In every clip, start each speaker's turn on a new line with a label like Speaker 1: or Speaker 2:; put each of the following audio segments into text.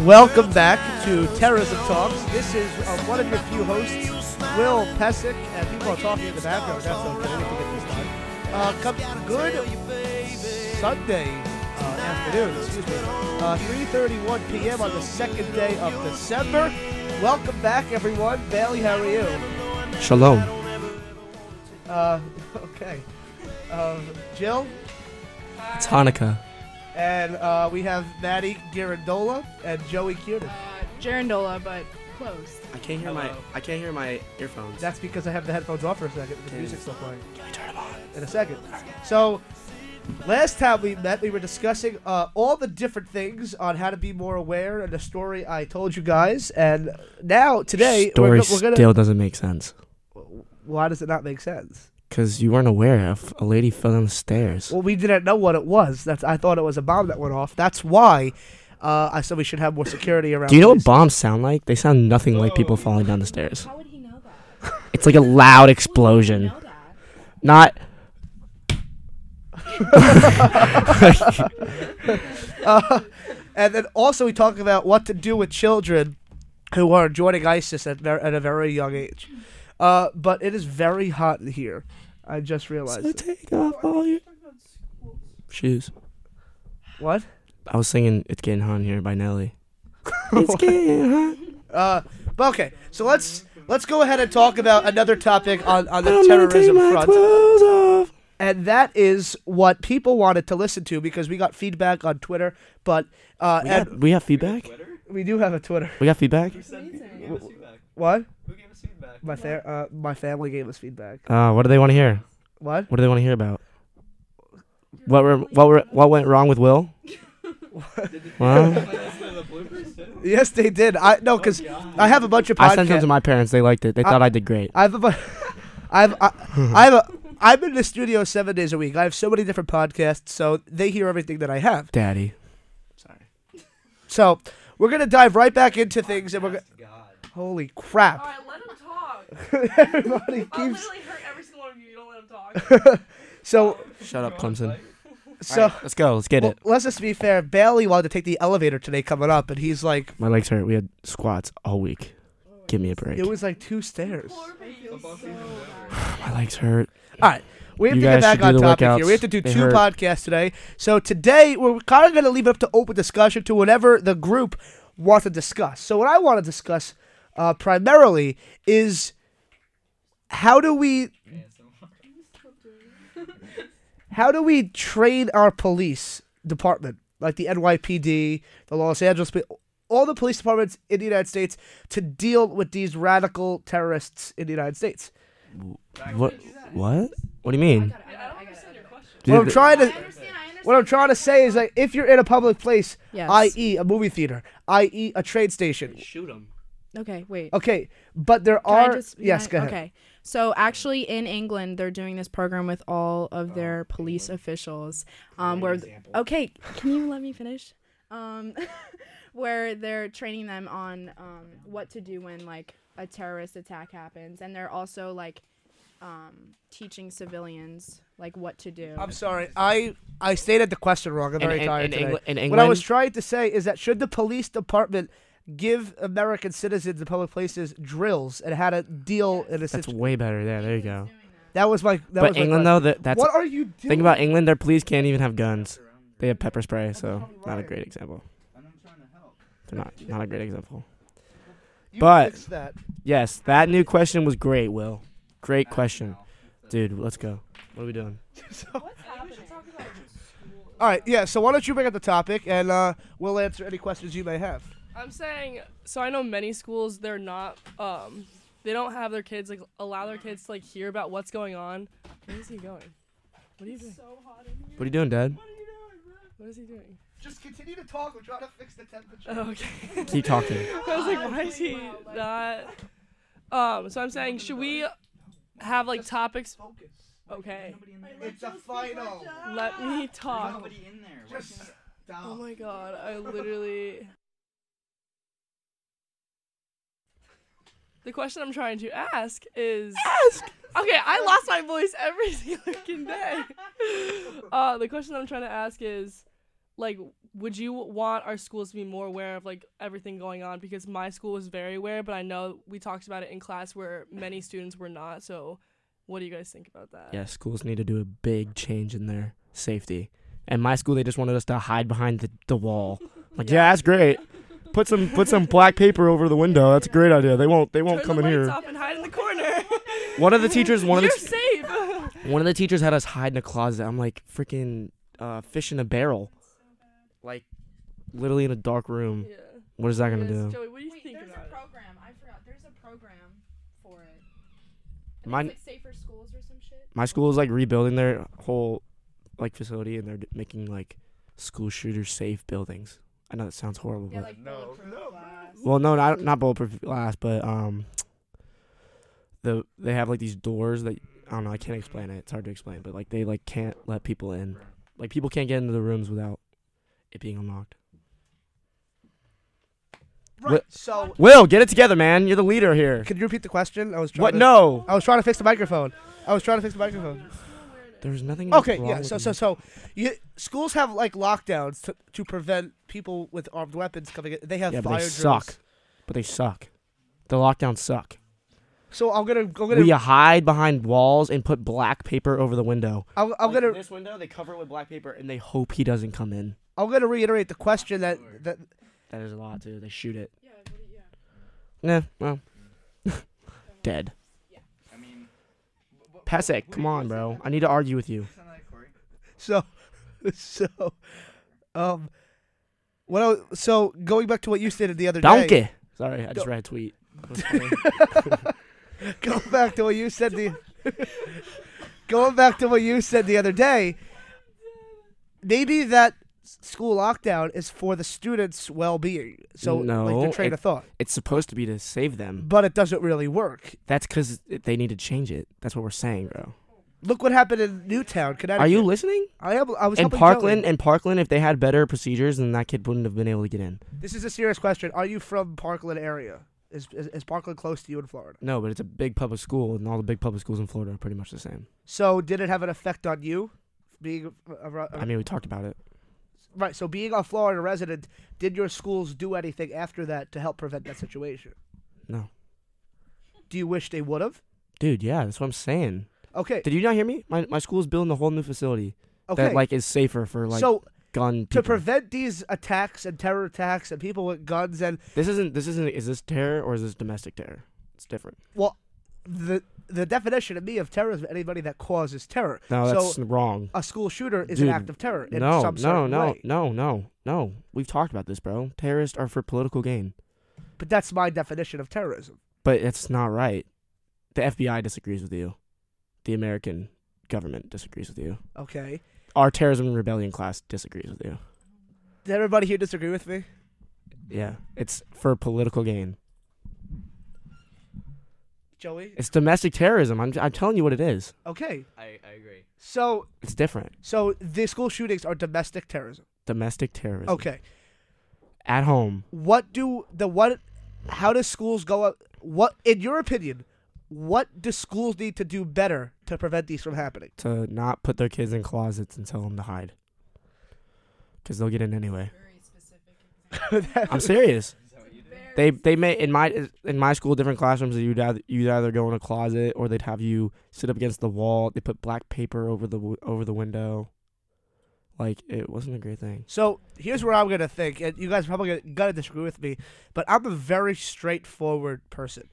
Speaker 1: Welcome back to Terrorism Talks. This is uh, one of your few hosts, Will Pesic, and people are talking in the background. That's okay. We can get this done. Uh, come good Sunday uh, afternoon, excuse me, uh, 3:31 p.m. on the second day of December. Welcome back, everyone. Bailey, how are you?
Speaker 2: Shalom.
Speaker 1: Uh, okay. Um, Jill,
Speaker 2: It's Hanukkah.
Speaker 1: and uh, we have Maddie Girandola and Joey Cunin.
Speaker 3: Girandola, but close.
Speaker 4: I can't hear my
Speaker 1: Hello.
Speaker 4: I can't hear my earphones.
Speaker 1: That's because I have the headphones off for a second. The
Speaker 4: Okay.
Speaker 1: music's still playing.
Speaker 4: Can we turn them on?
Speaker 1: in a second. So, last time we met, we were discussing uh, all the different things on how to be more aware and the story I told you guys. And now, today,
Speaker 2: story
Speaker 1: we're, go- we're gonna.
Speaker 2: still doesn't make sense
Speaker 1: Why does it not make sense?
Speaker 2: because you weren't aware. A, f- a lady fell down the stairs.
Speaker 1: Well, we didn't know what it was. That's I thought it was a bomb that went off. That's why uh, I said we should have more security around.
Speaker 2: Do you know what
Speaker 1: these-
Speaker 2: bombs sound like? They sound nothing like people falling down the stairs.
Speaker 3: How would he know that?
Speaker 2: It's like a loud explosion,
Speaker 3: that.
Speaker 2: not.
Speaker 1: and then also we talk about what to do with children who are joining ISIS at, ver- at a very young age. Uh, but it is very hot in here. I just realized.
Speaker 2: So
Speaker 1: it.
Speaker 2: take off all your shoes.
Speaker 1: What?
Speaker 2: I was singing "It's Getting Hot in Here" by Nelly. it's getting hot.
Speaker 1: Uh, but okay, so let's let's go ahead and talk about another topic on, on the
Speaker 2: I'm gonna take
Speaker 1: terrorism
Speaker 2: my
Speaker 1: front,
Speaker 2: clothes off.
Speaker 1: and that is what people wanted to listen to because we got feedback on Twitter. But uh,
Speaker 2: We
Speaker 1: and
Speaker 2: got, we got feedback.
Speaker 1: we do have a Twitter.
Speaker 2: We got feedback.
Speaker 1: What? My fa- uh, my family gave us feedback.
Speaker 2: Uh, what do they want to hear?
Speaker 1: What?
Speaker 2: What do they want to hear about? What were what were what went wrong with Will? well,
Speaker 1: Yes, they did. I no, because I have a bunch of podcasts.
Speaker 2: I sent them to my parents. They liked it. They thought I did great.
Speaker 1: I have a bu- I've I, I have a. I'm in the studio seven days a week. I have so many different podcasts, so they hear everything that I have.
Speaker 2: Daddy,
Speaker 4: Sorry.
Speaker 1: So we're gonna dive right back into things, and we're gonna. Holy crap!
Speaker 5: All right, let him talk.
Speaker 1: Everybody
Speaker 5: I
Speaker 1: keeps
Speaker 5: literally hurt every single one of you. You don't let him talk.
Speaker 1: so
Speaker 2: shut up, Clemson.
Speaker 1: so.
Speaker 2: let's go. Let's get
Speaker 1: well,
Speaker 2: it.
Speaker 1: let's just be fair. Bailey wanted to take the elevator today coming up, and he's like,
Speaker 2: My legs hurt. We had squats all week. Give me a break.
Speaker 1: it was like two stairs. All
Speaker 2: my legs hurt.
Speaker 1: right. We have
Speaker 2: You
Speaker 1: to get
Speaker 2: guys
Speaker 1: back
Speaker 2: should do
Speaker 1: on
Speaker 2: the
Speaker 1: topic
Speaker 2: workouts.
Speaker 1: here. We have to do
Speaker 2: They
Speaker 1: two
Speaker 2: hurt.
Speaker 1: podcasts today. So today we're kind of going to leave it up to open discussion to whatever the group wants to discuss. So what I want to discuss uh, primarily is how do we how do we train our police department, like the NYPD, the Los Angeles, pol- all the police departments in the United States, to deal with these radical terrorists in the United States?
Speaker 2: What? What? What do you mean?
Speaker 5: I don't understand your question.
Speaker 2: Dude,
Speaker 1: what I'm
Speaker 2: th-
Speaker 1: trying
Speaker 3: I
Speaker 1: to
Speaker 3: understand. I understand.
Speaker 1: what I'm trying to say is like if you're in a public place,
Speaker 3: Yes.
Speaker 1: i.e. a movie theater, i.e. a train station.
Speaker 4: Shoot him.
Speaker 3: okay, wait.
Speaker 1: Okay, but there
Speaker 3: Can I
Speaker 1: are
Speaker 3: just-
Speaker 1: yes, go
Speaker 3: can I-
Speaker 1: ahead.
Speaker 3: Okay. So actually, in England, they're doing this program with all
Speaker 1: Oh,
Speaker 3: of their police officials, um, where okay, can you let me finish? Um, where they're training them on um, what to do when like a terrorist attack happens, and they're also like um, teaching civilians like what to do.
Speaker 1: I'm sorry. I I stated the question wrong. I'm
Speaker 2: In-
Speaker 1: very
Speaker 2: in-
Speaker 1: tired
Speaker 2: in
Speaker 1: today.
Speaker 2: Engla- in
Speaker 1: what I
Speaker 2: England-
Speaker 1: was trying to say is that should the police department give American citizens in public places drills and how to deal in a
Speaker 2: That's
Speaker 1: situation?
Speaker 2: way better. There. There you go.
Speaker 1: That was my. That was
Speaker 2: But
Speaker 1: my
Speaker 2: England
Speaker 1: question.
Speaker 2: though, that, that's
Speaker 1: what are you doing?
Speaker 2: think about England. Their police can't even have guns. They have pepper spray, so not a great example. They're not not a great example.
Speaker 1: You
Speaker 2: but-
Speaker 1: fix that.
Speaker 2: Yes, that new question was great, Will. Great question. Dude, let's go. What are we doing?
Speaker 1: All right. Yeah. So why don't you bring up the topic and uh, we'll answer any questions you may have.
Speaker 5: I'm saying, so I know many schools, they're not, um, they don't have their kids, like, allow their kids to, like, hear about what's going on. Where is he going? What are you doing?
Speaker 2: What are you doing, Dad?
Speaker 5: What is he doing?
Speaker 1: Just continue to talk. We're trying to fix the temperature.
Speaker 5: Oh, okay.
Speaker 2: Keep talking.
Speaker 5: I was like, why is he not? Um, so I'm saying, should we have, like, topics?
Speaker 1: Focus.
Speaker 5: Okay.
Speaker 1: It's a final.
Speaker 5: Let me talk.
Speaker 6: in there.
Speaker 1: Just stop.
Speaker 5: Oh my god, I literally. The question I'm trying to ask is. Ask! Okay, I lost my voice every single fucking day. Uh, the question I'm trying to ask is like would you want our schools to be more aware of like everything going on because my school was very aware but i know we talked about it in class where many students were not so what do you guys think about that
Speaker 2: Yeah, schools need to do a big change in their safety. And my school, they just wanted us to hide behind the, the wall. Like, yeah. that's great. Put some put some black paper over the window. That's a great idea. They won't they won't
Speaker 5: Turn
Speaker 2: come
Speaker 5: the
Speaker 2: in
Speaker 5: lights
Speaker 2: here.
Speaker 5: off and hide in the corner
Speaker 2: One of the teachers, one of
Speaker 5: you're
Speaker 2: the
Speaker 5: safe
Speaker 2: one of the teachers had us hide in a closet. I'm like freaking uh, fish in a barrel, like literally in a dark room.
Speaker 5: yeah
Speaker 2: What is that gonna
Speaker 5: Yes,
Speaker 2: do?
Speaker 5: Joey, what do you
Speaker 3: Wait,
Speaker 5: think
Speaker 3: there's
Speaker 5: about
Speaker 3: a
Speaker 5: it?
Speaker 3: program. I forgot. There's a program for it. I think
Speaker 2: Mine-
Speaker 3: it's like safer schools or some shit.
Speaker 2: my school is like rebuilding their whole like facility and they're d- making like school shooter safe buildings. I know that sounds horrible,
Speaker 3: Yeah,
Speaker 2: but
Speaker 3: like
Speaker 1: No,
Speaker 3: bulletproof
Speaker 1: no.
Speaker 3: glass.
Speaker 2: well, no, not not bulletproof glass, but um, the they have like these doors that I don't know. I can't explain it. It's hard to explain, but like they like can't let people in. Like people can't get into the rooms without it being unlocked.
Speaker 1: Right.
Speaker 2: What-
Speaker 1: So,
Speaker 2: Will, get it together, man. You're the leader here.
Speaker 1: could you repeat the question? I was trying
Speaker 2: What?
Speaker 1: to-
Speaker 2: No.
Speaker 1: I was trying to fix the microphone. I was trying to fix the microphone.
Speaker 2: There's nothing.
Speaker 1: Okay,
Speaker 2: wrong
Speaker 1: yeah.
Speaker 2: with
Speaker 1: So,
Speaker 2: the-
Speaker 1: so, so, you, schools have like lockdowns to, to prevent people with armed weapons coming in. They have
Speaker 2: Yeah, but
Speaker 1: fire
Speaker 2: they
Speaker 1: drills.
Speaker 2: suck. But they suck. The lockdowns suck.
Speaker 1: So I'm gonna, I'm gonna,
Speaker 2: We hide behind walls and put black paper over the window.
Speaker 1: I'm, I'm gonna,
Speaker 2: this window. They cover it with black paper and they hope he doesn't come in.
Speaker 1: I'm gonna reiterate the question that that
Speaker 2: That is a lot too. They shoot it.
Speaker 3: Yeah, what do you- yeah.
Speaker 2: Nah, well, dead. Pesek, come on, bro. I need to argue with you.
Speaker 1: so so um what I, was- so going back to what you stated the other day
Speaker 2: Donkey. Sorry, I just
Speaker 1: Don't-
Speaker 2: read a tweet. That was funny.
Speaker 1: go back to what you said the going back to what you said the other day maybe that s- school lockdown is for the students well-being so like
Speaker 2: No,
Speaker 1: their train
Speaker 2: it- Mm.
Speaker 1: of thought
Speaker 2: it's supposed to be to save them.
Speaker 1: but it doesn't really work
Speaker 2: That's because they need to change it. That's what we're saying, bro.
Speaker 1: look what happened in newtown connecticut
Speaker 2: Are you listening?
Speaker 1: i am i was
Speaker 2: In
Speaker 1: helping
Speaker 2: Parkland,
Speaker 1: Joey.
Speaker 2: in Parkland, if they had better procedures, then that kid wouldn't have been able to get in.
Speaker 1: this is a serious question are you from parkland area is, is, is parkland close to you in florida
Speaker 2: No, but it's a big public school, and all the big public schools in Florida are pretty much the same.
Speaker 1: So did it have an effect on you? Being a, a,
Speaker 2: I mean, we talked about it.
Speaker 1: right, so being a Florida resident, did your schools do anything after that to help prevent that situation?
Speaker 2: No.
Speaker 1: Do you wish they would have?
Speaker 2: Dude, yeah, that's what I'm saying.
Speaker 1: Okay,
Speaker 2: Did you not hear me? My my school's building a whole new facility
Speaker 1: okay.
Speaker 2: that like is safer for like
Speaker 1: so
Speaker 2: gun
Speaker 1: to
Speaker 2: people.
Speaker 1: prevent these attacks and terror attacks and people with guns and
Speaker 2: this isn't this isn't is this terror or is this domestic terror? It's different.
Speaker 1: well, the the definition to me of terrorism anybody that causes terror.
Speaker 2: No, that's
Speaker 1: so
Speaker 2: wrong.
Speaker 1: a school shooter is
Speaker 2: Dude,
Speaker 1: an act of terror in
Speaker 2: no,
Speaker 1: some
Speaker 2: no,
Speaker 1: certain
Speaker 2: no,
Speaker 1: way.
Speaker 2: no, no, no. We've talked about this, bro. Terrorists are for political gain,
Speaker 1: But that's my definition of terrorism.
Speaker 2: but it's not right. The FBI disagrees with you. The American government disagrees with you.
Speaker 1: Okay,
Speaker 2: Our terrorism and rebellion class disagrees with you.
Speaker 1: did everybody here disagree with me?
Speaker 2: Yeah, it's for political gain.
Speaker 1: Joey.
Speaker 2: It's domestic terrorism. I'm I'm telling you what it is.
Speaker 1: Okay,
Speaker 6: I, I agree.
Speaker 1: so
Speaker 2: It's different.
Speaker 1: So the school shootings are domestic terrorism.
Speaker 2: Domestic terrorism.
Speaker 1: Okay.
Speaker 2: At home.
Speaker 1: What do the what? How do schools go up? What, in your opinion, what do schools need to do better to prevent these from happening?
Speaker 2: to not put their kids in closets and tell them to hide. Because they'll get in anyway. I'm serious. They they may in my in my school different classrooms you'd either you'd either go in a closet or they'd have you sit up against the wall. They put black paper over the w- over the window. Like it wasn't a great thing.
Speaker 1: So here's where I'm gonna think, and you guys are probably gonna, gonna disagree with me, but I'm a very straightforward person.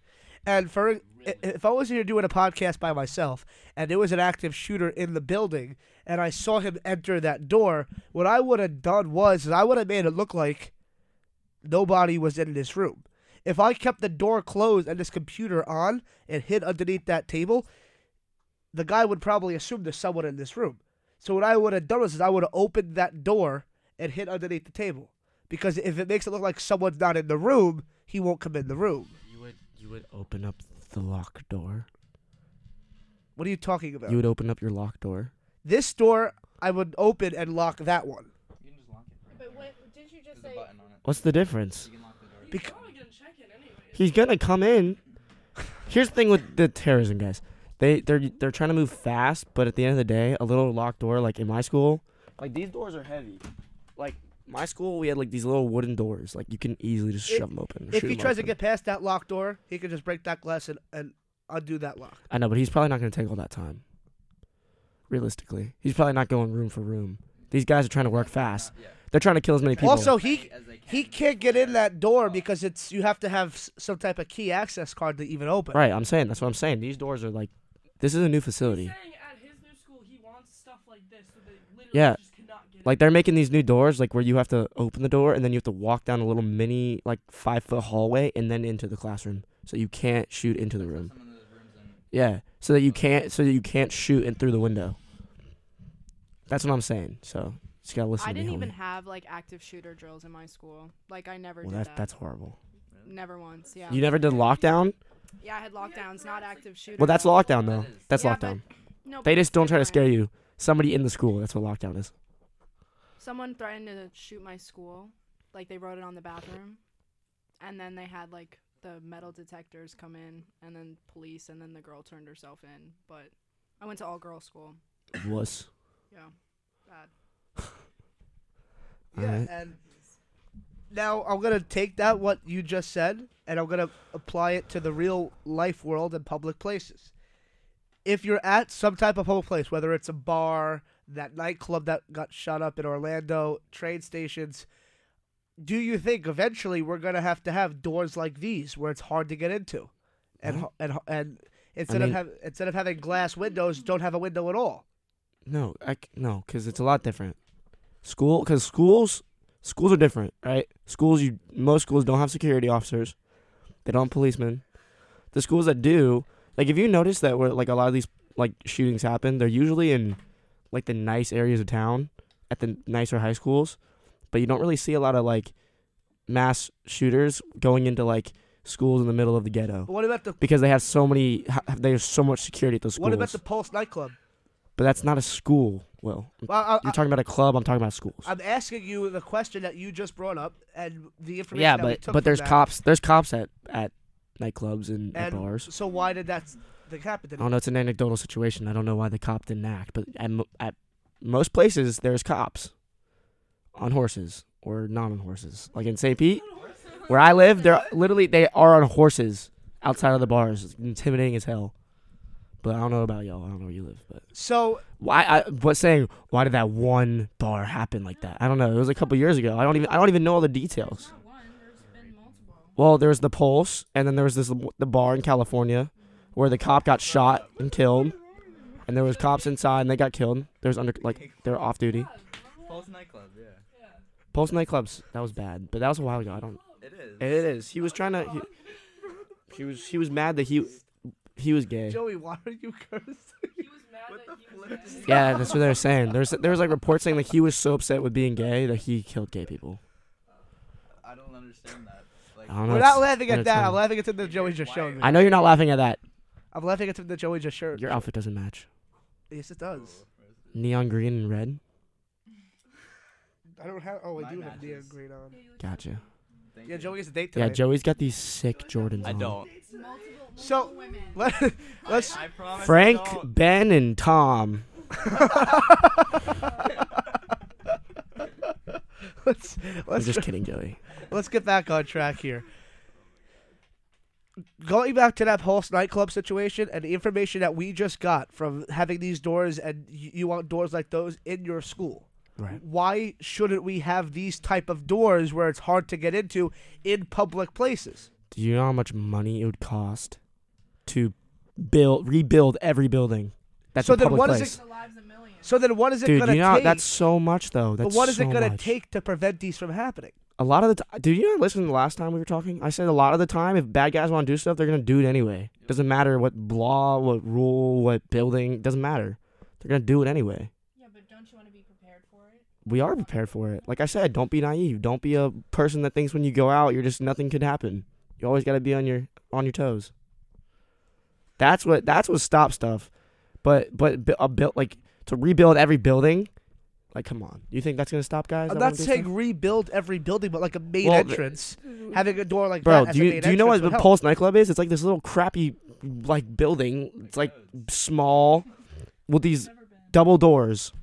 Speaker 1: And for i- if I was here doing a podcast by myself, and there was an active shooter in the building, and I saw him enter that door, what I would have done was is I would have made it look like nobody was in this room. If I kept the door closed and this computer on and hid underneath that table, the guy would probably assume there's someone in this room. So what I would have done was is I would have opened that door and hid underneath the table. Because if it makes it look like someone's not in the room, he won't come in the room.
Speaker 2: You would you would open up the lock door.
Speaker 1: What are you talking about?
Speaker 2: You would open up your lock door.
Speaker 1: this door I would open and lock that one.
Speaker 6: You can just lock it. Right
Speaker 3: But what did you just
Speaker 6: There's
Speaker 3: say?
Speaker 6: a button on it.
Speaker 2: What's the difference?
Speaker 6: You can lock the door.
Speaker 1: Bec-
Speaker 2: He's gonna come in. Here's the thing with the terrorism guys. They they're they're trying to move fast, but at the end of the day, a little locked door like in my school, like these doors are heavy. like my school, we had like these little wooden doors. Like you can easily just
Speaker 1: If-
Speaker 2: shove them open. or
Speaker 1: If
Speaker 2: shoot
Speaker 1: he
Speaker 2: 'em
Speaker 1: tries to
Speaker 2: open.
Speaker 1: get past that locked door, he could just break that glass and, and undo that lock.
Speaker 2: I know, but he's probably not going to take all that time. Realistically, he's probably not going room for room. These guys are trying to work fast. They're trying to kill as many people.
Speaker 1: Also, he he can't get in that door because it's you have to have s- some type of key access card to even open.
Speaker 2: right? I'm saying that's what I'm saying. These doors are like, this is a new facility.
Speaker 5: saying at his new school he wants stuff like this so they literally
Speaker 2: Yeah.
Speaker 5: just cannot get
Speaker 2: Like they're making these new doors, like where you have to open the door and then you have to walk down a little mini, like five foot hallway and then into the classroom, so you can't shoot into the room. Yeah, so that you can't, so that you can't shoot in through the window. That's what I'm saying. So just gotta listen
Speaker 3: I
Speaker 2: to me.
Speaker 3: didn't even
Speaker 2: homie.
Speaker 3: have like active shooter drills in my school. Like I never
Speaker 2: well,
Speaker 3: did
Speaker 2: that,
Speaker 3: that.
Speaker 2: that's horrible.
Speaker 3: never once. Yeah.
Speaker 2: You never did lockdown.
Speaker 3: yeah, I had lockdowns, not active shooter.
Speaker 2: Well, that's lockdown though. That's
Speaker 3: Yeah, but-
Speaker 2: lockdown.
Speaker 3: No,
Speaker 2: They
Speaker 3: but
Speaker 2: just
Speaker 3: it's
Speaker 2: don't try to
Speaker 3: different.
Speaker 2: scare you. Somebody in the school. That's what lockdown is.
Speaker 3: Someone threatened to shoot my school. Like they wrote it on the bathroom. And then they had like the metal detectors come in and then police and then the girl turned herself in. But I went to all girl school.
Speaker 2: Wuss.
Speaker 3: Yeah. Bad.
Speaker 2: All
Speaker 1: Yeah,
Speaker 2: right.
Speaker 1: and now I'm gonna take that what you just said, and I'm gonna apply it to the real life world and public places. If you're at some type of public place, whether it's a bar, that nightclub that got shut up in Orlando, train stations, do you think eventually we're gonna have to have doors like these where it's hard to get into, and ho- and ho- and instead
Speaker 2: Mm-hmm. mean-
Speaker 1: of have, instead of having glass windows, don't have a window at all.
Speaker 2: No, I c- no, because it's a lot different. School, because schools, schools are different, right? Schools, you most schools don't have security officers. They don't have policemen. The schools that do, like, if you notice that where like a lot of these like shootings happen, they're usually in like the nice areas of town, at the nicer high schools, but you don't really see a lot of like mass shooters going into like schools in the middle of the ghetto.
Speaker 1: But what about the
Speaker 2: because they have so many ha- there's so much security at those schools.
Speaker 1: what about the Pulse nightclub?
Speaker 2: but that's not a school. Well,
Speaker 1: Well, I- I,
Speaker 2: you're talking about a club. I'm talking about schools.
Speaker 1: I'm asking you the question that you just brought up and the information.
Speaker 2: yeah,
Speaker 1: that we
Speaker 2: but
Speaker 1: took
Speaker 2: but
Speaker 1: from
Speaker 2: there's
Speaker 1: that.
Speaker 2: cops. There's cops at at nightclubs and, at
Speaker 1: and
Speaker 2: bars.
Speaker 1: So why did that thing happen?
Speaker 2: I
Speaker 1: Then?
Speaker 2: don't know. It's an anecdotal situation. I don't know why the cop didn't act, but at, mo- at most places there's cops on horses or not on horses. Like in St. Pete, where I live, they're literally they are on horses outside of the bars. It's intimidating as hell. But I don't know about y'all. I don't know where you live, but.
Speaker 1: So
Speaker 2: why I was saying why did that one bar happen like that? I don't know. It was a couple years ago. I don't even I don't even know all the details. Well, there was the Pulse, and then there was this the bar in California where the cop got shot and killed, and there was cops inside and they got killed. There's under like they're off duty.
Speaker 6: Paul's nightclub, yeah.
Speaker 2: Pulse nightclubs that was bad, but that was a while ago. I don't.
Speaker 6: It is.
Speaker 2: It is. He was trying to. He, he was he was mad that he he was gay.
Speaker 1: Joey, why are you cursing?
Speaker 5: he was mad that he was gay.
Speaker 2: Yeah, that's what they're saying. There's there was like reports saying that he was so upset with being gay that he killed gay people.
Speaker 6: I don't understand that. Like,
Speaker 2: I don't know.
Speaker 1: We're
Speaker 2: it's-
Speaker 1: not laughing at that.
Speaker 2: entertaining.
Speaker 1: I'm laughing at something that Joey just showed me.
Speaker 2: I know you're not laughing at that.
Speaker 1: I'm laughing at something that Joey just showed.
Speaker 2: Your outfit doesn't match.
Speaker 1: Yes, it does.
Speaker 2: Neon green and red.
Speaker 1: I don't have. Oh, I
Speaker 6: Mine
Speaker 1: do have neon
Speaker 6: matches.
Speaker 1: green on.
Speaker 2: Gotcha.
Speaker 6: thank
Speaker 1: Yeah,
Speaker 6: you.
Speaker 1: Joey has a date
Speaker 2: Yeah,
Speaker 1: tonight.
Speaker 2: Joey's got these sick Jordans.
Speaker 6: I
Speaker 2: on.
Speaker 6: don't.
Speaker 1: So let, let's.
Speaker 6: I promise. I
Speaker 2: Frank,
Speaker 6: don't.
Speaker 2: Ben, and Tom.
Speaker 1: let's
Speaker 2: I'm
Speaker 1: let's
Speaker 2: just kidding, Joey.
Speaker 1: let's get back on track here. Going back to that Pulse nightclub situation and the information that we just got from having these doors and y- you want doors like those in your school.
Speaker 2: Right.
Speaker 1: Why shouldn't we have these type of doors where it's hard to get into in public places?
Speaker 2: Do you know how much money it would cost to build, rebuild every building? That's
Speaker 1: So
Speaker 2: a
Speaker 1: then
Speaker 2: public
Speaker 1: what is
Speaker 2: place.
Speaker 1: it-
Speaker 3: The lives a million.
Speaker 1: So then, what is it
Speaker 2: Dude,
Speaker 1: going to
Speaker 2: you know
Speaker 1: take?
Speaker 2: that's so much though. That's
Speaker 1: but what is
Speaker 2: so
Speaker 1: it going to
Speaker 2: much.
Speaker 1: take to prevent these from happening?
Speaker 2: A lot of the time, did you not listen to the last time we were talking? I said a lot of the time, if bad guys want to do stuff, they're gonna do it anyway. Doesn't matter what law, what rule, what building. Doesn't matter. They're gonna do it anyway.
Speaker 3: Yeah, but don't you want to be prepared for it?
Speaker 2: We are prepared for it. Like I said, don't be naive. Don't be a person that thinks when you go out, you're just nothing could happen. You always gotta be on your on your toes. That's what that's what stops stuff. But but bu- a built like to rebuild every building. Like, come on. You think that's gonna stop guys?
Speaker 1: I'm
Speaker 2: that wanna
Speaker 1: not
Speaker 2: do
Speaker 1: saying
Speaker 2: stuff?
Speaker 1: rebuild every building, but like a main
Speaker 2: Well, the-
Speaker 1: entrance, having a door like
Speaker 2: Bro,
Speaker 1: that. as
Speaker 2: do
Speaker 1: a
Speaker 2: you
Speaker 1: main
Speaker 2: do you know what
Speaker 1: entrance
Speaker 2: the
Speaker 1: would help.
Speaker 2: Pulse nightclub is? It's like this little crappy like building. It's like small with these double doors.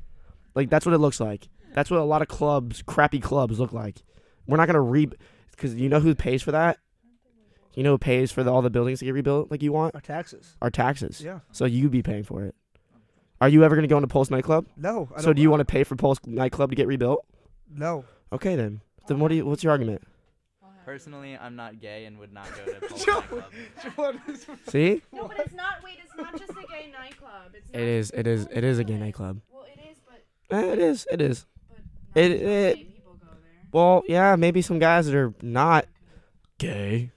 Speaker 2: Like that's what it looks like. That's what a lot of clubs, crappy clubs, look like. We're not gonna re, because you know who pays for that. You know who pays for the, all the buildings to get rebuilt like you want?
Speaker 1: Our taxes.
Speaker 2: Our taxes.
Speaker 1: Yeah.
Speaker 2: So you'd be paying for it. Are you ever gonna go into Pulse nightclub?
Speaker 1: No. I
Speaker 2: So
Speaker 1: don't-
Speaker 2: do you want to pay for Pulse nightclub to get rebuilt?
Speaker 1: No.
Speaker 2: Okay then. Then what do you? What's your argument?
Speaker 6: Personally, I'm not gay and would not go to Pulse nightclub.
Speaker 2: See?
Speaker 3: No, but it's not. Wait, it's not just a gay nightclub. It's
Speaker 2: It is. It is. It is a gay nightclub.
Speaker 3: Well, it is, but
Speaker 2: Eh, it is. It is.
Speaker 3: but
Speaker 2: It- just it- gay
Speaker 3: people go there.
Speaker 2: Well, yeah, maybe some guys that are not gay,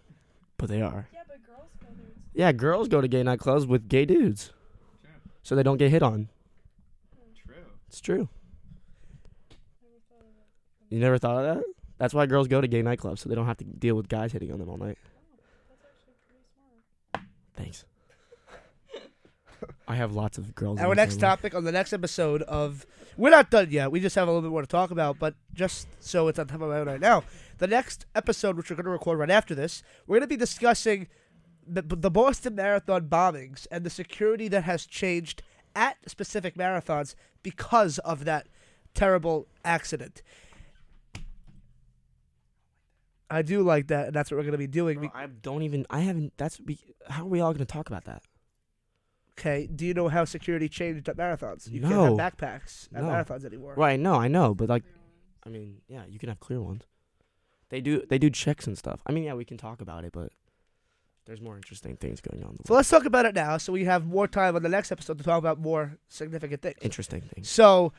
Speaker 2: but they are.
Speaker 5: Yeah, but girls go there. too.
Speaker 2: Yeah, girls go to gay nightclubs with gay dudes, so they don't get hit on.
Speaker 6: True.
Speaker 2: It's true. You never thought of that? That's why girls go to gay nightclubs, so they don't have to deal with guys hitting on them all night. Thanks. I have lots of girls. in
Speaker 1: Our
Speaker 2: my
Speaker 1: next
Speaker 2: family.
Speaker 1: topic on the next episode of we're not done yet. We just have a little bit more to talk about, but just so it's on top of my mind right now, the next episode, which we're going to record right after this, we're going to be discussing the, the Boston Marathon bombings and the security that has changed at specific marathons because of that terrible accident. I do like that, and that's what we're going to be doing.
Speaker 2: Bro, I don't even. I haven't. That's. We, how are we all going to talk about that?
Speaker 1: Okay, do you know how security changed at marathons? You
Speaker 2: No.
Speaker 1: can't have backpacks at
Speaker 2: No.
Speaker 1: marathons anymore.
Speaker 2: Right. No, I know, but like, I mean, yeah, you can have clear ones. They do. They do checks and stuff. I mean, yeah, we can talk about it, but there's more interesting things going on. in the
Speaker 1: So
Speaker 2: world.
Speaker 1: let's talk about it now, so we have more time on the next episode to talk about more significant things.
Speaker 2: interesting things.
Speaker 1: So,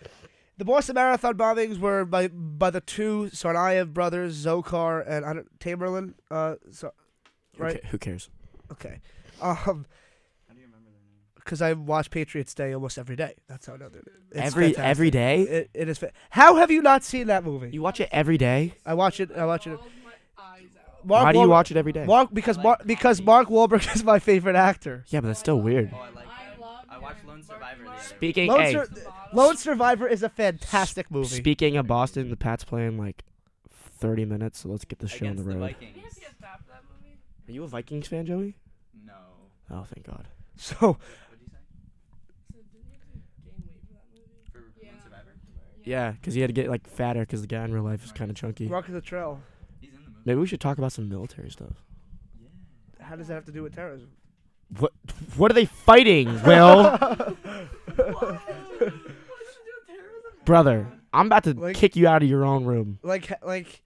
Speaker 1: the Boston Marathon bombings were by by the two Tsarnaev brothers, Zokar and I don't, Tamerlan. Uh, so, Right.
Speaker 2: Who, ca- who cares?
Speaker 1: okay, um,
Speaker 6: How do you remember their name?
Speaker 1: because I watch Patriots Day almost every day. That's how I know that. It's
Speaker 2: every
Speaker 1: fantastic.
Speaker 2: every day.
Speaker 1: It, it is. Fa- how have you not seen that movie?
Speaker 2: You watch it every day.
Speaker 1: I watch it. I watch it.
Speaker 5: Bawled my eyes out.
Speaker 1: Mark
Speaker 2: Why do
Speaker 1: Wahlberg-
Speaker 2: you watch it every day?
Speaker 1: Mark because
Speaker 6: I like
Speaker 1: Mark because
Speaker 6: comedy.
Speaker 1: Mark Wahlberg is my favorite actor.
Speaker 2: Yeah, but that's still weird.
Speaker 6: Oh, I like
Speaker 5: I
Speaker 6: them.
Speaker 5: love
Speaker 6: I watched
Speaker 5: them.
Speaker 6: Lone
Speaker 5: Marky
Speaker 6: Survivor. the
Speaker 5: Mark.
Speaker 6: other
Speaker 2: Speaking
Speaker 1: Lone,
Speaker 2: hey,
Speaker 1: Sur-
Speaker 5: The bottom.
Speaker 1: Lone Survivor is a fantastic movie.
Speaker 2: speaking of Boston, the Pats playing like 30 minutes, so let's get this
Speaker 6: day.
Speaker 2: show on the
Speaker 6: Against the
Speaker 2: road.
Speaker 5: Did we have to
Speaker 6: Vikings.
Speaker 5: get fat for that movie?
Speaker 2: Are you a Vikings fan, Joey?
Speaker 6: No.
Speaker 2: Oh, thank God.
Speaker 1: so
Speaker 6: What'd you say?
Speaker 5: So did we have to gain weight for that movie?
Speaker 6: For Lone Survivor?
Speaker 2: Yeah, because he had to get like fatter because the guy in real life is kind of chunky.
Speaker 1: Mark is a trail.
Speaker 6: He's in the movie.
Speaker 2: Maybe we should talk about some military stuff.
Speaker 1: How does that have to do with terrorism?
Speaker 2: What What are they fighting, Will? Brother, I'm about to
Speaker 1: Like-
Speaker 2: kick you out of your own room.
Speaker 1: Like, like,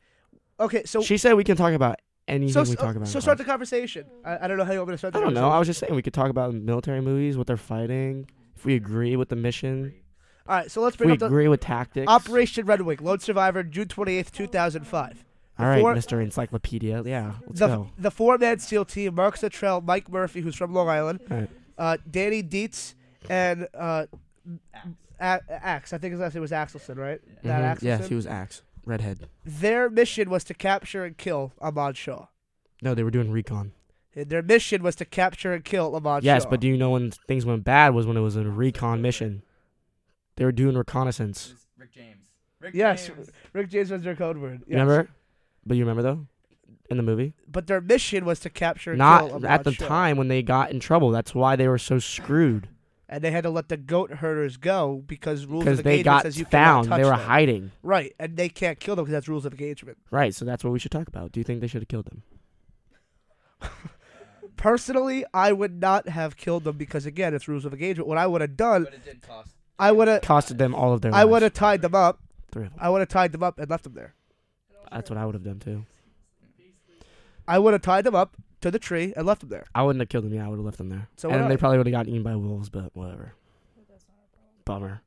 Speaker 1: okay, so
Speaker 2: She said we can talk about anything
Speaker 1: so uh,
Speaker 2: we talk about.
Speaker 1: so
Speaker 2: in
Speaker 1: start
Speaker 2: class.
Speaker 1: the conversation. I, I don't know how you want me to start. The
Speaker 2: I don't know. I
Speaker 1: conversation.
Speaker 2: was just saying we could talk about military movies, what they're fighting, if we agree with the mission,
Speaker 1: All right, so let's
Speaker 2: if we
Speaker 1: bring up the
Speaker 2: agree with tactics.
Speaker 1: Operation Red Wing, Lone Survivor, June twenty eighth, two thousand five.
Speaker 2: All right,
Speaker 1: four-
Speaker 2: Mr. Encyclopedia. Yeah, let's
Speaker 1: The
Speaker 2: go.
Speaker 1: the four man SEAL team: Mark Sottrell, Mike Murphy, who's from Long Island,
Speaker 2: All right.
Speaker 1: uh, Danny Dietz, and uh, A- Axe. I think his last name was Axelson, right? That
Speaker 2: Mhm. Yes,
Speaker 1: Axelson?
Speaker 2: he was Axe. Redhead.
Speaker 1: Their mission was to capture and kill Ahmad Shah.
Speaker 2: No, they were doing recon.
Speaker 1: Their mission was to capture and kill Ahmad
Speaker 2: yes,
Speaker 1: Shah.
Speaker 2: but do you know when things went bad was when it was a recon mission. They were doing
Speaker 6: It
Speaker 2: reconnaissance.
Speaker 6: was Rick James. Rick
Speaker 1: Yes. Uh,
Speaker 6: James.
Speaker 1: Rick James was their code word.
Speaker 2: You
Speaker 1: yes.
Speaker 2: Remember? But you remember though? In the movie?
Speaker 1: But their mission was to capture and kill
Speaker 2: Not
Speaker 1: Ahmad
Speaker 2: at the
Speaker 1: Shah.
Speaker 2: time when they got in trouble. That's why they were so screwed.
Speaker 1: and they had to let the goat herders go because rules of
Speaker 2: Because they
Speaker 1: engagement
Speaker 2: got
Speaker 1: says you cannot
Speaker 2: found.
Speaker 1: touch
Speaker 2: They were
Speaker 1: them.
Speaker 2: hiding.
Speaker 1: right, and they can't kill them because that's rules of engagement.
Speaker 2: Right, so that's what we should talk about. Do you think they should have killed them?
Speaker 1: Personally, I would not have killed them because again, it's rules of engagement. What I would have done,
Speaker 6: But it did cost.
Speaker 1: I would have,
Speaker 2: Costed them all of their
Speaker 1: I
Speaker 2: lives.
Speaker 1: would have tied them up.
Speaker 2: Three of them.
Speaker 1: I would have tied them up and left them there.
Speaker 2: That's what I would have done too.
Speaker 1: I would have tied them up to the tree and left them there.
Speaker 2: I wouldn't have killed them. Yeah, I would have left them there.
Speaker 1: So
Speaker 2: and
Speaker 1: would
Speaker 2: then they
Speaker 1: I.
Speaker 2: probably would have gotten eaten by wolves, but whatever. Bummer.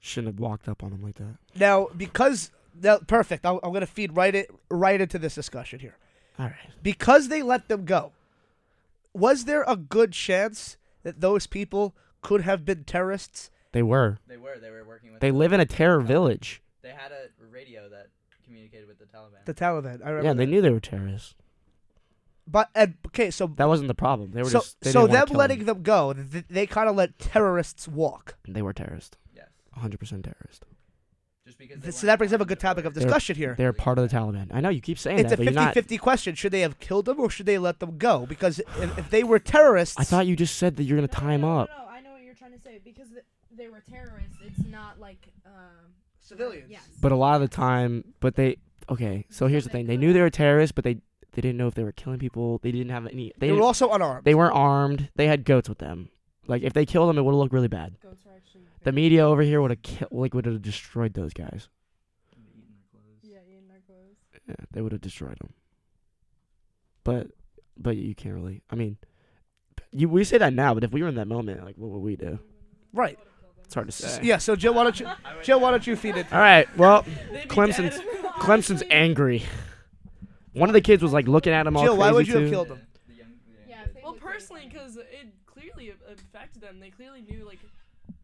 Speaker 2: Shouldn't have walked up on them like that.
Speaker 1: Now, because now, perfect, I'm, I'm going to feed right it right into this discussion here.
Speaker 2: All right.
Speaker 1: because they let them go, was there a good chance that those people could have been terrorists?
Speaker 2: They were.
Speaker 6: They were. They were working with.
Speaker 2: They
Speaker 6: the-
Speaker 2: live in a terror village.
Speaker 6: They had a radio that communicated with the Taliban.
Speaker 1: The Taliban, I remember.
Speaker 2: Yeah, they
Speaker 1: that.
Speaker 2: knew they were terrorists.
Speaker 1: But and, okay, so
Speaker 2: That wasn't the problem. They were
Speaker 1: so
Speaker 2: just. They
Speaker 1: so
Speaker 2: didn't wanna
Speaker 1: them
Speaker 2: kill
Speaker 1: letting them go, th- they kind of let terrorists walk.
Speaker 2: They were terrorist.
Speaker 6: yes.
Speaker 2: 100% terrorist.
Speaker 6: Just because.
Speaker 1: Th-
Speaker 6: They
Speaker 1: so that brings up a good topic of
Speaker 2: They're-
Speaker 1: discussion here.
Speaker 2: They're part of the Taliban. I know you keep saying
Speaker 1: It's
Speaker 2: that,
Speaker 1: a
Speaker 2: but you're not.
Speaker 1: 50-50 question. Should they have killed them or should they let them go? Because if, if they were terrorists,
Speaker 2: I thought you just said that you're gonna tie them
Speaker 3: no,
Speaker 2: up.
Speaker 3: No, no, I know what you're trying to say because the, they were terrorists, it's not like. Um,
Speaker 1: Civilians.
Speaker 3: Yes.
Speaker 2: But a lot of the time, but they okay. So here's the thing: they knew they were terrorists, but they they didn't know if they were killing people. They didn't have any. They
Speaker 1: They were
Speaker 2: didn't-
Speaker 1: also unarmed.
Speaker 2: they weren't armed. They had goats with them. Like if they killed them, it would have looked really bad.
Speaker 3: goats are actually.
Speaker 2: The media over here would have killed, like would have destroyed those guys.
Speaker 3: Yeah, in their clothes.
Speaker 2: Yeah, they would have destroyed them. But but you can't really. I mean, you we say that now, but if we were in that moment, like what would we do?
Speaker 1: right.
Speaker 2: It's hard to
Speaker 1: S-
Speaker 2: say.
Speaker 1: Yeah. So Joe, why don't you, Joe, why don't you feed it?
Speaker 2: All right. Well,
Speaker 5: They'd be
Speaker 2: Clemson's
Speaker 5: dead.
Speaker 2: Clemson's angry. One of the kids was like looking at him all
Speaker 1: Jill,
Speaker 2: crazy
Speaker 1: why would you have
Speaker 2: too.
Speaker 1: killed him?
Speaker 3: Yeah.
Speaker 5: Well, personally, because it clearly a- affected them. They clearly knew, like,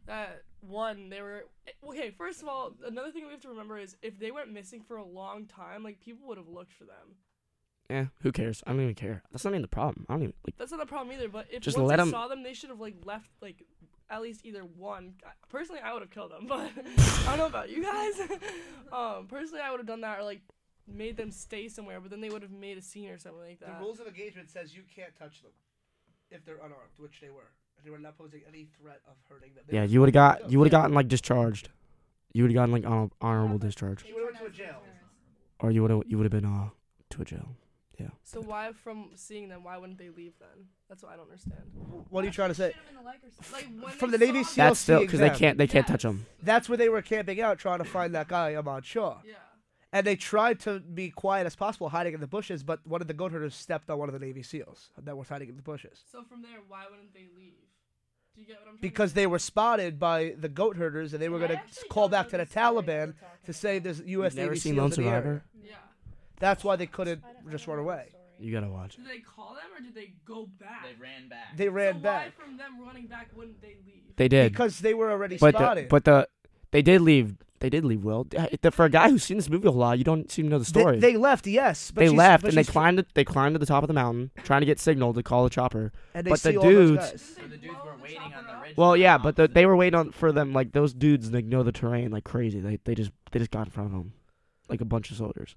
Speaker 5: that one, they were. Okay, first of all, another thing we have to remember is if they went missing for a long time, like, people would have looked for them.
Speaker 2: Yeah, who cares? I don't even care. That's not even the problem. I don't even like.
Speaker 5: That's not a problem either, but if
Speaker 2: Just
Speaker 5: once
Speaker 2: let
Speaker 5: they
Speaker 2: 'em-
Speaker 5: saw them, they should have, like, left, like, at least either one. I- Personally, I would have killed them, but I don't know about you guys. um, personally, I would have done that or, like, made them stay somewhere, but then they would have made a scene or something like that.
Speaker 1: The rules of engagement says you can't touch them if they're unarmed, which they were. And They were not posing any threat of hurting them. They
Speaker 2: Yeah,
Speaker 1: were-
Speaker 2: you would have got you would have
Speaker 1: Yeah.
Speaker 2: gotten like discharged. You would have gotten like honor- honorable discharge,
Speaker 1: You would've went to a jail.
Speaker 2: or you would have you would have been uh to a jail.
Speaker 5: So why, from seeing them, why wouldn't they leave then? That's what I don't understand.
Speaker 1: What are you trying to say?
Speaker 5: Like when
Speaker 1: From
Speaker 5: they
Speaker 1: the Navy
Speaker 5: saw
Speaker 1: SEAL-
Speaker 5: them-
Speaker 2: That's still because they
Speaker 1: exam.
Speaker 2: can't they can't touch
Speaker 5: Yes.
Speaker 2: them.
Speaker 1: That's where they were camping out, trying to find that guy Ahmad Shaw.
Speaker 5: Yeah.
Speaker 1: And they tried to be quiet as possible, hiding in the bushes. But one of the goat herders stepped on one of the Navy SEALs that were hiding in the bushes
Speaker 5: So from there, why wouldn't they leave? Do you get what I'm? trying to
Speaker 1: because
Speaker 5: say?
Speaker 1: they were spotted by the goat herders, and they were
Speaker 5: I
Speaker 1: going to
Speaker 5: actually
Speaker 1: call
Speaker 5: don't
Speaker 1: back
Speaker 5: know
Speaker 1: to the
Speaker 5: this story that
Speaker 1: Taliban
Speaker 5: we're talking
Speaker 1: to say
Speaker 5: about.
Speaker 1: there's U.S.
Speaker 2: Never
Speaker 1: Navy
Speaker 2: seen
Speaker 1: SEALs
Speaker 2: Lone
Speaker 1: in the area.
Speaker 2: Survivor?
Speaker 5: Yeah.
Speaker 1: That's why they couldn't just run away.
Speaker 2: You gotta watch.
Speaker 5: Did they call them or did they go back?
Speaker 6: They ran back.
Speaker 1: They ran
Speaker 5: so
Speaker 1: back
Speaker 5: Why from them running back wouldn't they leave?
Speaker 2: They did,
Speaker 1: because they were already
Speaker 2: but the,
Speaker 1: spotted.
Speaker 2: but the they did leave. They did leave. Will Uh, the- for a guy who's seen this movie a lot, you don't seem to know the
Speaker 1: They-
Speaker 2: story.
Speaker 1: They, left, yes. But
Speaker 2: They
Speaker 1: she's-
Speaker 2: left
Speaker 1: but
Speaker 2: and they
Speaker 1: she's-
Speaker 2: climbed. They climbed to the top of the mountain, trying to get signal to call the chopper.
Speaker 1: And they
Speaker 2: but the
Speaker 1: see all those
Speaker 2: dudes-
Speaker 1: guys.
Speaker 6: So
Speaker 5: Didn't
Speaker 6: the
Speaker 5: they
Speaker 6: dudes
Speaker 5: blow
Speaker 6: were
Speaker 5: the
Speaker 6: waiting on
Speaker 5: chopper
Speaker 6: the
Speaker 5: up?
Speaker 6: ridge.
Speaker 2: Well, yeah, but the, they were waiting on for them. Like those dudes, like know the terrain like crazy. They they just they just got in front of them, like a bunch of soldiers,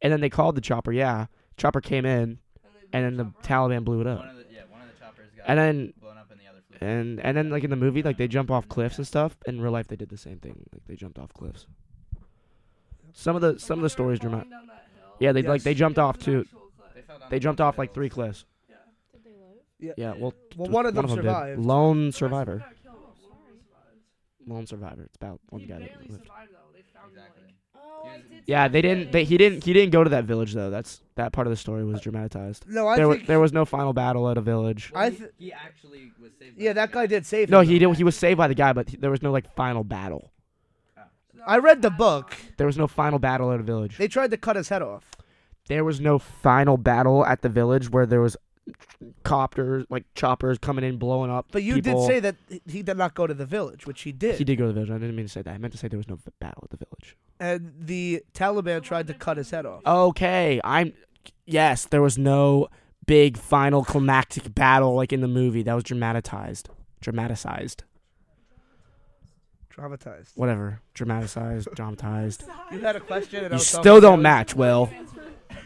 Speaker 2: and then they called the chopper. Yeah, chopper came in, and then the Taliban blew it
Speaker 6: One
Speaker 2: up,
Speaker 6: of the, yeah, one of the choppers got
Speaker 2: and then
Speaker 6: blown up and the other flew.
Speaker 2: and and then like in the movie, like they jump off cliffs and stuff. In real life, they did the same thing. Like they jumped off cliffs. Some of the some of the stories dramatic. Yeah, they like they
Speaker 1: Yes.
Speaker 2: jumped off too.
Speaker 6: They, fell down
Speaker 2: They
Speaker 6: the
Speaker 2: jumped
Speaker 6: cliff
Speaker 2: off like
Speaker 6: hills.
Speaker 2: three cliffs. Yeah, well,
Speaker 1: Well,
Speaker 2: t-
Speaker 1: one of them
Speaker 2: did.
Speaker 1: survived.
Speaker 2: Lone survivor. Lone survivor. It's about one
Speaker 5: He
Speaker 2: guy
Speaker 5: barely
Speaker 2: that lived.
Speaker 5: survived though. They found him,
Speaker 6: Exactly.
Speaker 5: like.
Speaker 3: Oh,
Speaker 1: Oh,
Speaker 2: Yeah, they didn't. They, he didn't. He didn't go to that village though. That's that part of the story was dramatized.
Speaker 1: No, I
Speaker 2: there, wa-
Speaker 1: think
Speaker 2: there was no final battle at a village.
Speaker 1: I
Speaker 6: he-
Speaker 1: th-
Speaker 6: he actually was saved. by
Speaker 1: yeah, that
Speaker 6: the
Speaker 1: guy did save.
Speaker 2: No,
Speaker 1: him,
Speaker 2: he
Speaker 1: though.
Speaker 2: did. He was saved by the guy, but he- there was no like final battle.
Speaker 1: I read the book.
Speaker 2: There was no final battle at a village.
Speaker 1: They tried to cut his head off.
Speaker 2: There was no final battle at the village where there was copters, like choppers coming in, blowing up.
Speaker 1: But you did
Speaker 2: people.
Speaker 1: say that he- he did not go to the village, which he did.
Speaker 2: he did go to the village. I didn't mean to say that. I meant to say there was no v- battle at the village.
Speaker 1: And the Taliban tried to cut his head off.
Speaker 2: Oh. Okay, I'm. Yes, there was no big final climactic battle like in the movie. That was dramatized, dramatized,
Speaker 1: Traumatized.
Speaker 2: whatever, dramatized, dramatized.
Speaker 1: You had a question. And I
Speaker 2: You
Speaker 1: was
Speaker 2: still
Speaker 1: talking-
Speaker 2: don't match, Will.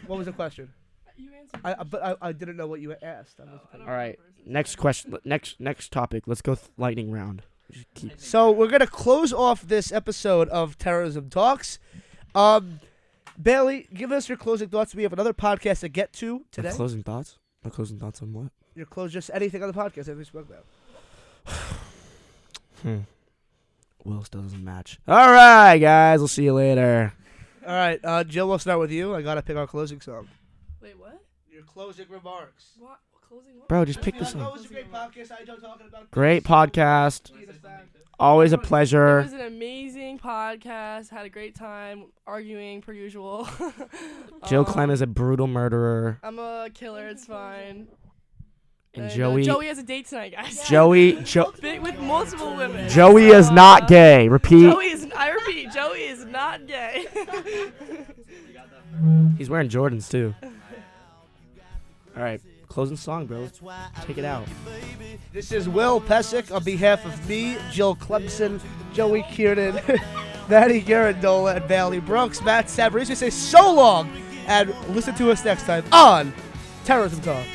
Speaker 1: What was the question?
Speaker 5: You answered.
Speaker 1: I, I- but I, I didn't know what you asked. I
Speaker 5: Oh,
Speaker 1: wasn't
Speaker 5: I don't
Speaker 2: All right.
Speaker 5: remember.
Speaker 2: Next question. Next next topic. Let's go th- lightning round. Just keep-
Speaker 6: guy.
Speaker 1: So we're gonna close off this episode of Terrorism Talks. Um, Bailey, give us your closing thoughts. We have another podcast to get to
Speaker 2: My
Speaker 1: today.
Speaker 2: closing thoughts. My closing thoughts on what?
Speaker 1: your close, just anything on the podcast that we spoke about.
Speaker 2: Hmm. Will still doesn't match. All right, guys. We'll see you later.
Speaker 1: All right, uh, Jill, we'll start with you. I gotta pick our closing song.
Speaker 5: Wait, what?
Speaker 1: Your closing remarks.
Speaker 5: What? Closing what?
Speaker 2: Bro, just pick this up.
Speaker 1: was a great podcast. I don't talking about.
Speaker 2: Great podcast. Always a
Speaker 5: It
Speaker 2: pleasure.
Speaker 5: was an amazing podcast. Had a great time arguing per usual.
Speaker 2: Jill
Speaker 5: Um,
Speaker 2: Clem is a brutal murderer,
Speaker 5: I'm a killer. It's fine.
Speaker 2: and
Speaker 5: uh,
Speaker 2: Joey.
Speaker 5: Joey has a date tonight, guys.
Speaker 2: Joey. Jo-
Speaker 5: Bit with multiple women.
Speaker 2: Joey is
Speaker 5: Uh,
Speaker 2: not gay. Repeat.
Speaker 5: Joey is. I repeat, Joey is not gay.
Speaker 2: He's wearing Jordans too. All right. Closing song, bro. Let's Take it out.
Speaker 1: This is Will Pesic on behalf of me, Jill Clemson, Joey Kiernan, Maddie Garandola, and Bailey Brooks. Matt Savarese, we say so long and listen to us next time on Terrorism Talks.